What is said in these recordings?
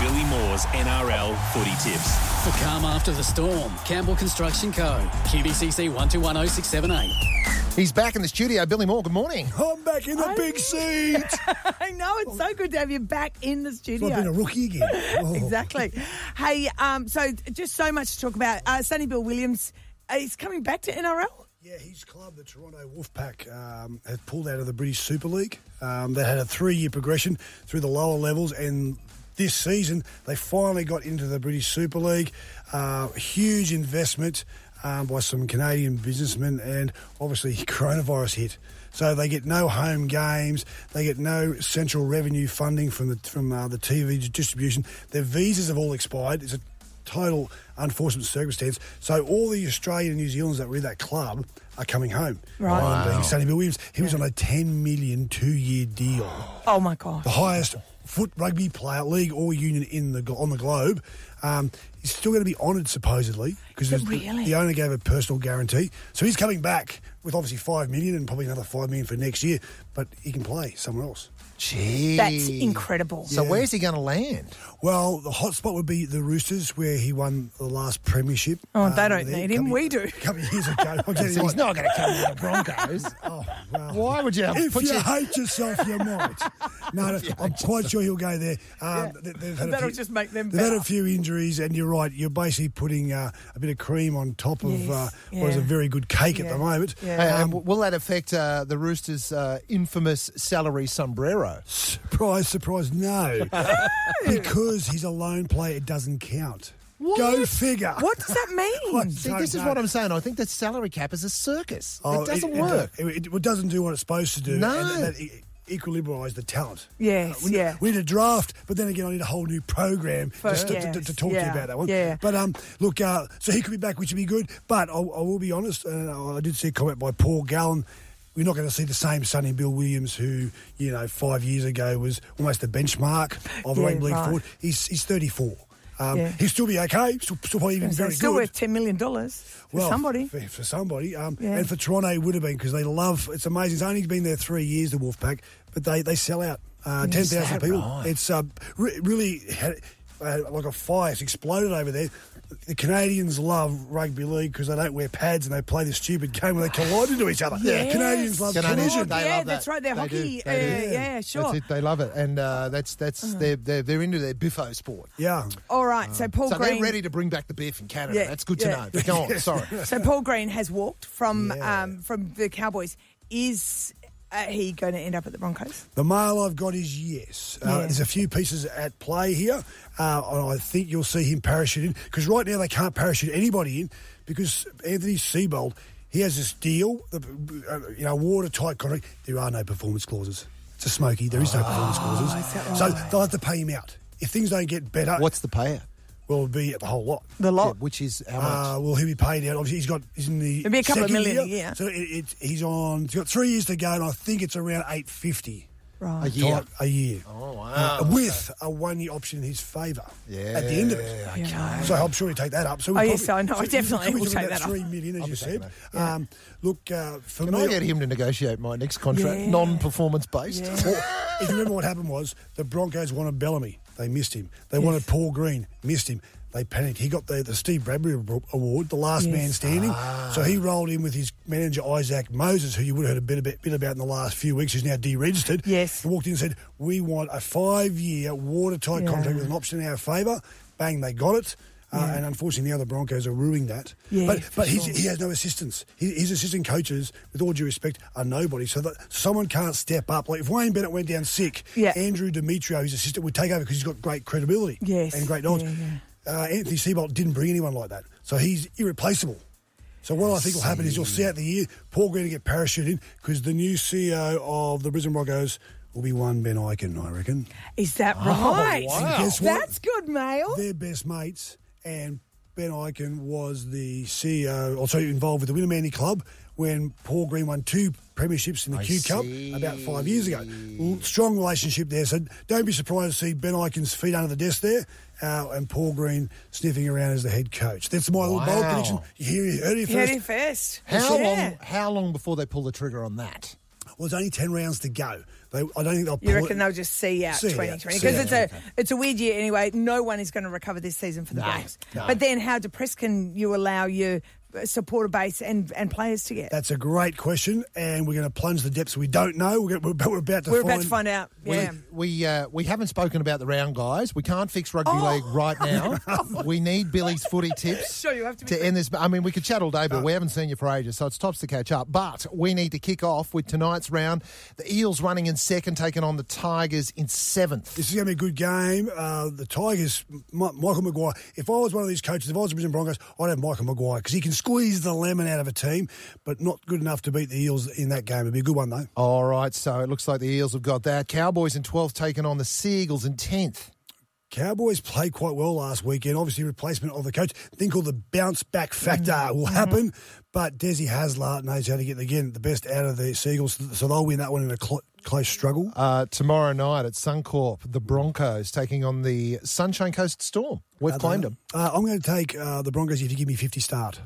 Billy Moore's NRL footy tips. For calm after the storm, Campbell Construction Co. QBCC 12100678. He's back in the studio. Billy Moore, good morning. I'm back in the big seat. I know it's so good to have you back in the studio. I've been a rookie again. Oh. exactly. Hey, um, so just so much to talk about. Uh, Sonny Bill Williams, uh, he's coming back to NRL. Yeah, his club, the Toronto Wolfpack, um, have pulled out of the British Super League. Um, they had a three-year progression through the lower levels, and this season they finally got into the British Super League. Uh, huge investment um, by some Canadian businessmen, and obviously coronavirus hit, so they get no home games, they get no central revenue funding from the from uh, the TV distribution. Their visas have all expired. It's a total unfortunate circumstance. So all the Australian and New Zealanders that were in that club are coming home. Right. One being Sonny Bill Williams. He was on a 10 million two-year deal. Oh my God. The highest foot rugby player, league or union in the glo- on the globe. Um, he's still going to be honoured supposedly because Is it the, really? the owner gave a personal guarantee. So he's coming back with obviously 5 million and probably another 5 million for next year, but he can play somewhere else. Gee. That's incredible. So where's he going to land? Well, the hotspot would be the Roosters, where he won the last premiership. um, Oh, they don't there need a him. couple- We do. A couple of years ago. I'll tell you So he's what. not going to come to the Broncos. Oh, well. Why would you If put you your... hate yourself, you might. No, no I'm quite sure he'll go there. Um, they, have had a That'll few, just make them They've had better. a few injuries, and you're right. You're basically putting uh, a bit of cream on top of Yes, uh, what is a yeah. very good cake at Yeah, the moment. yeah. Hey, Um, um, will that affect uh, the Roosters' uh, infamous salary sombrero? Surprise, surprise, no. because he's a lone player, it doesn't count. Go What? figure. What does that mean? What? See, Don't this is know. what I'm saying. I think that salary cap is a circus. Oh, it doesn't do- work. It, it doesn't do what it's supposed to do. No. And that e- equilibrise the talent. Yes, we, need- yeah. We need a draft, but then again, I need a whole new program For- just to, to- to- to talk yes, to yeah, you about that one. yeah. But um, look, uh, so he could be back, which would be good. But I, I will be honest, and uh, I did see a comment by Paul Gallen. We're not going to see the same Sonny Bill Williams, who you know five years ago was almost the benchmark of Yeah, rugby league right. forward. He's he's 34. Um, Yeah. He'll still be okay. Still, still probably even So very it's still good worth ten million dollars for somebody. for, for somebody, um, Yeah. and for Toronto it would have been because they love. It's amazing. It's only been there three years, the Wolfpack, but they they sell out uh, ten thousand that people. right? It's uh, re- really had, uh, like a fire. It's exploded over there. The Canadians love rugby league because they don't wear pads and they play this stupid game where they collide into each other. Yes. Canadians love Canadians, collision. they- Yeah, that's right, their They do, hockey, they do. uh, yeah, sure. Uh-huh. That's it, They love it, and uh, that's that's they're, they're they're into their biffo sport. yeah. All right. Uh, So Paul So Green. they're ready to bring back the beef in Canada. Yeah, That's good to yeah. know. But go on, sorry. So Paul Green has walked from Yeah. um, from the Cowboys. Is uh, he going to end up at the Broncos? The mail I've got is yes. Uh, Yeah. There's a few pieces at play here. Uh, and I think you'll see him parachute in because right now they can't parachute anybody in because Anthony Seabold he has this deal, the, uh, you know, watertight contract. There are no performance clauses. It's a smoky. There is no Ah, performance clauses. So they'll have to pay him out if things don't get better. What's the payout? will be at the whole lot? The Yeah, lot. which is how much? Uh, well, he'll be paid out. Obviously, he's got he's in the It'll be a couple of second million a year. year. So it, it, he's on. He's got three years to go, and I think it's around eight fifty a right. year. type a year. Oh wow. with a one year option in his favour. Yeah, At the end of it. Yeah. So I'm sure he'll take that up. So we Oh, probably, yes, I know. I we're definitely probably will talking take about that up. Three million, as you said. Um, look, uh, for Can me, I get him to negotiate my next contract, Yeah. non-performance based? Well, if you remember what happened was the Broncos wanted Bellamy, they missed him. They wanted Paul Green, missed him. They panicked. He got the, the Steve Bradbury Ab- Award, the last Yes. Ah. man standing. So he rolled in with his manager Isaac Moses, who you would have heard a bit, a bit, bit about in the last few weeks, who's now deregistered. Yes. He walked in and said, "We want a five-year watertight Yeah. contract with an option in our favour." Bang, they got it. Uh, And unfortunately, now the Broncos are ruining that. Yeah, but for but he's, sure. he has no assistants. His, his assistant coaches, with all due respect, are nobody. So that someone can't step up. Like if Wayne Bennett went down sick, Yeah. Andrew Demetrio, his assistant, would take over because he's got great credibility Yes. and great knowledge. Yeah, Uh, Anthony Seabolt didn't bring anyone like that, so he's irreplaceable. So what I think will happen is you'll see out the year Paul Green to get parachuted in because the new CEO of the Brisbane Broncos will be one Ben Eichen, I reckon. Is that right? And guess what? That's good mail. Oh, They're best mates, and Ben Eichen was the E CEO, also involved with the Winnemanny Club when Paul Green won two premierships in the Q Cup about five years ago. L- Strong relationship there, so don't be surprised to see Ben Eichen's feet under the desk there. Uh, and Paul Green sniffing around as the head coach. That's my little bold Wow. prediction. You hear, you heard it You heard first. it first. How Yeah. long? How long before they pull the trigger on that? Well, there's only ten rounds to go. They, I don't think they'll. You pull it. reckon they'll just see out See it out, 2020 see because it it's a out, it's a weird year anyway. No one is going to recover this season for the Blues. But then, how depressed can you allow your supporter base and, and players to get? That's a great question, and we're going to plunge the depths we don't know. We're, going we're, we're about to We're find, about to find out. Yeah. We uh, we haven't spoken about the round guys. We can't fix rugby Oh. league right now. we need Billy's footy tips Sure, you have to be Oh. end this. I mean, we could chat all day, but we haven't seen you for ages, so it's tops to catch up. But we need to kick off with tonight's round. The Eels running in second, taking on the Tigers in seventh. This is going to be a good game. Uh, the Tigers, M- Michael Maguire. If I was one of these coaches, if I was the Brisbane Broncos, I'd have Michael Maguire because he can squeeze the lemon out of a team, but not good enough to beat the Eels in that game. It'd be a good one though. All right, so it looks like the Eels have got that. Cowboys in twelfth, taking on the Seagulls in tenth. Cowboys played quite well last weekend. Obviously, replacement of the coach. Thing called the bounce back factor will happen, but Desi Hasler knows how to get again the best out of the Seagulls, so they'll win that one in a cl- close struggle. Uh, tomorrow night at Suncorp, the Broncos taking on the Sunshine Coast Storm. We've claimed them. Uh, I'm going to take uh, the Broncos if you give me 50 start.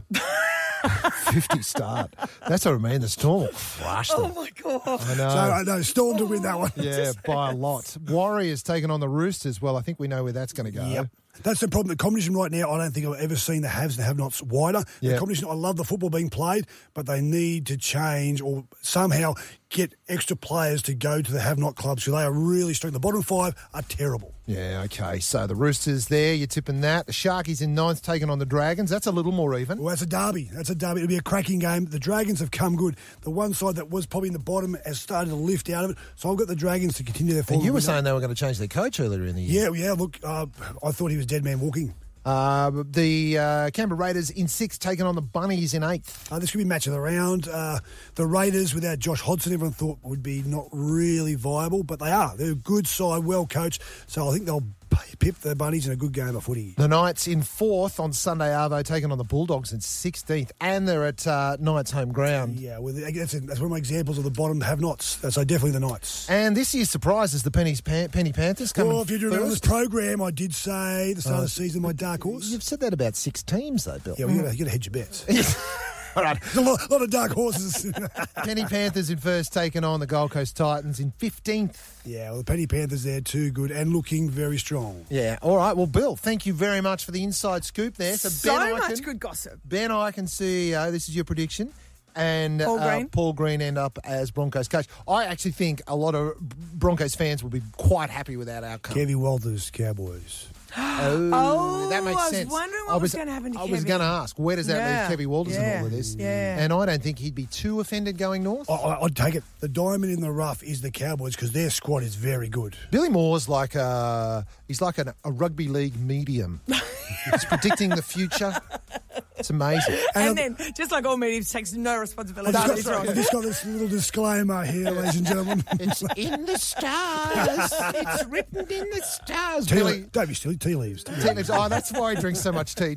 50 start. That's what I mean. The Storm will crush them. Oh my god! I know. So I know Storm to win that one. yeah, by a lot. Warriors taking on the Roosters. Well, I think we know where that's going to go. Yep. That's the problem. The competition right now, I don't think I've ever seen the haves and the have-nots wider. Yeah. The competition, I love the football being played, but they need to change or somehow get extra players to go to the have-not clubs because they are really strong. The bottom five are terrible. Yeah, okay. So the Roosters there, you're tipping that. The Sharkies in ninth taking on the Dragons. That's a little more even. Well, that's a derby. That's a derby. It'll be a cracking game. The Dragons have come good. The one side that was probably in the bottom has started to lift out of it. So I've got the Dragons to continue their forward. And you were window. saying they were going to change their coach earlier in the year. Yeah, yeah. Look, uh, I thought he was dead man walking. Uh, the uh, Canberra Raiders in sixth taking on the Bunnies in eighth. Uh, this could be match of the round. Uh, the Raiders without Josh Hodgson, everyone thought would be not really viable, but they are. They're a good side, well coached. So I think they'll p- pip the bunnies in a good game of footy. The Knights in fourth on Sunday Arvo taking on the Bulldogs in 16th. And they're at uh, Knights' home ground. Yeah, well, that's, that's one of my examples of the bottom have nots. So definitely the Knights. And this year's surprise is the Penny's Pan- Penny Panthers coming Well, if you do remember this first. program, I did say the start of the season, my dark horse. You've said that about six teams, though, Bill. Yeah, well, you got to hedge your bets. All right. There's a lot, lot of dark horses. Penny Panthers in first, taking on the Gold Coast Titans in 15th. yeah, well, the Penny Panthers there too good and looking very strong. Yeah. All right. Well, Bill, thank you very much for the inside scoop there. So, so Ben much Iken, good gossip. Ben Iken, CEO, uh, this is your prediction. And Paul uh, Green. Paul Green end up as Broncos coach. I actually think a lot of Broncos fans will be quite happy with that outcome. Kevy Walters, Cowboys. Oh, that makes I was sense. wondering what I was gonna happen to I was Kevy. going to ask, where does that Yeah. leave Kevy Walters in Yeah. all of this? Yeah. And I don't think he'd be too offended going north. I- I, I'd take it. The diamond in the rough is the Cowboys because their squad is very good. Billy Moore's like a he's like an, a rugby league medium. he's predicting the future. It's amazing. And then, just like all mediums, takes no responsibility. I've for just his got, wrongs. I've just got this little disclaimer here, ladies and gentlemen. It's in the stars. It's written in the stars. Tea Billy. leaves. Don't be silly. Tea leaves. Tea leaves. Technically- Oh, that's why he drinks so much tea.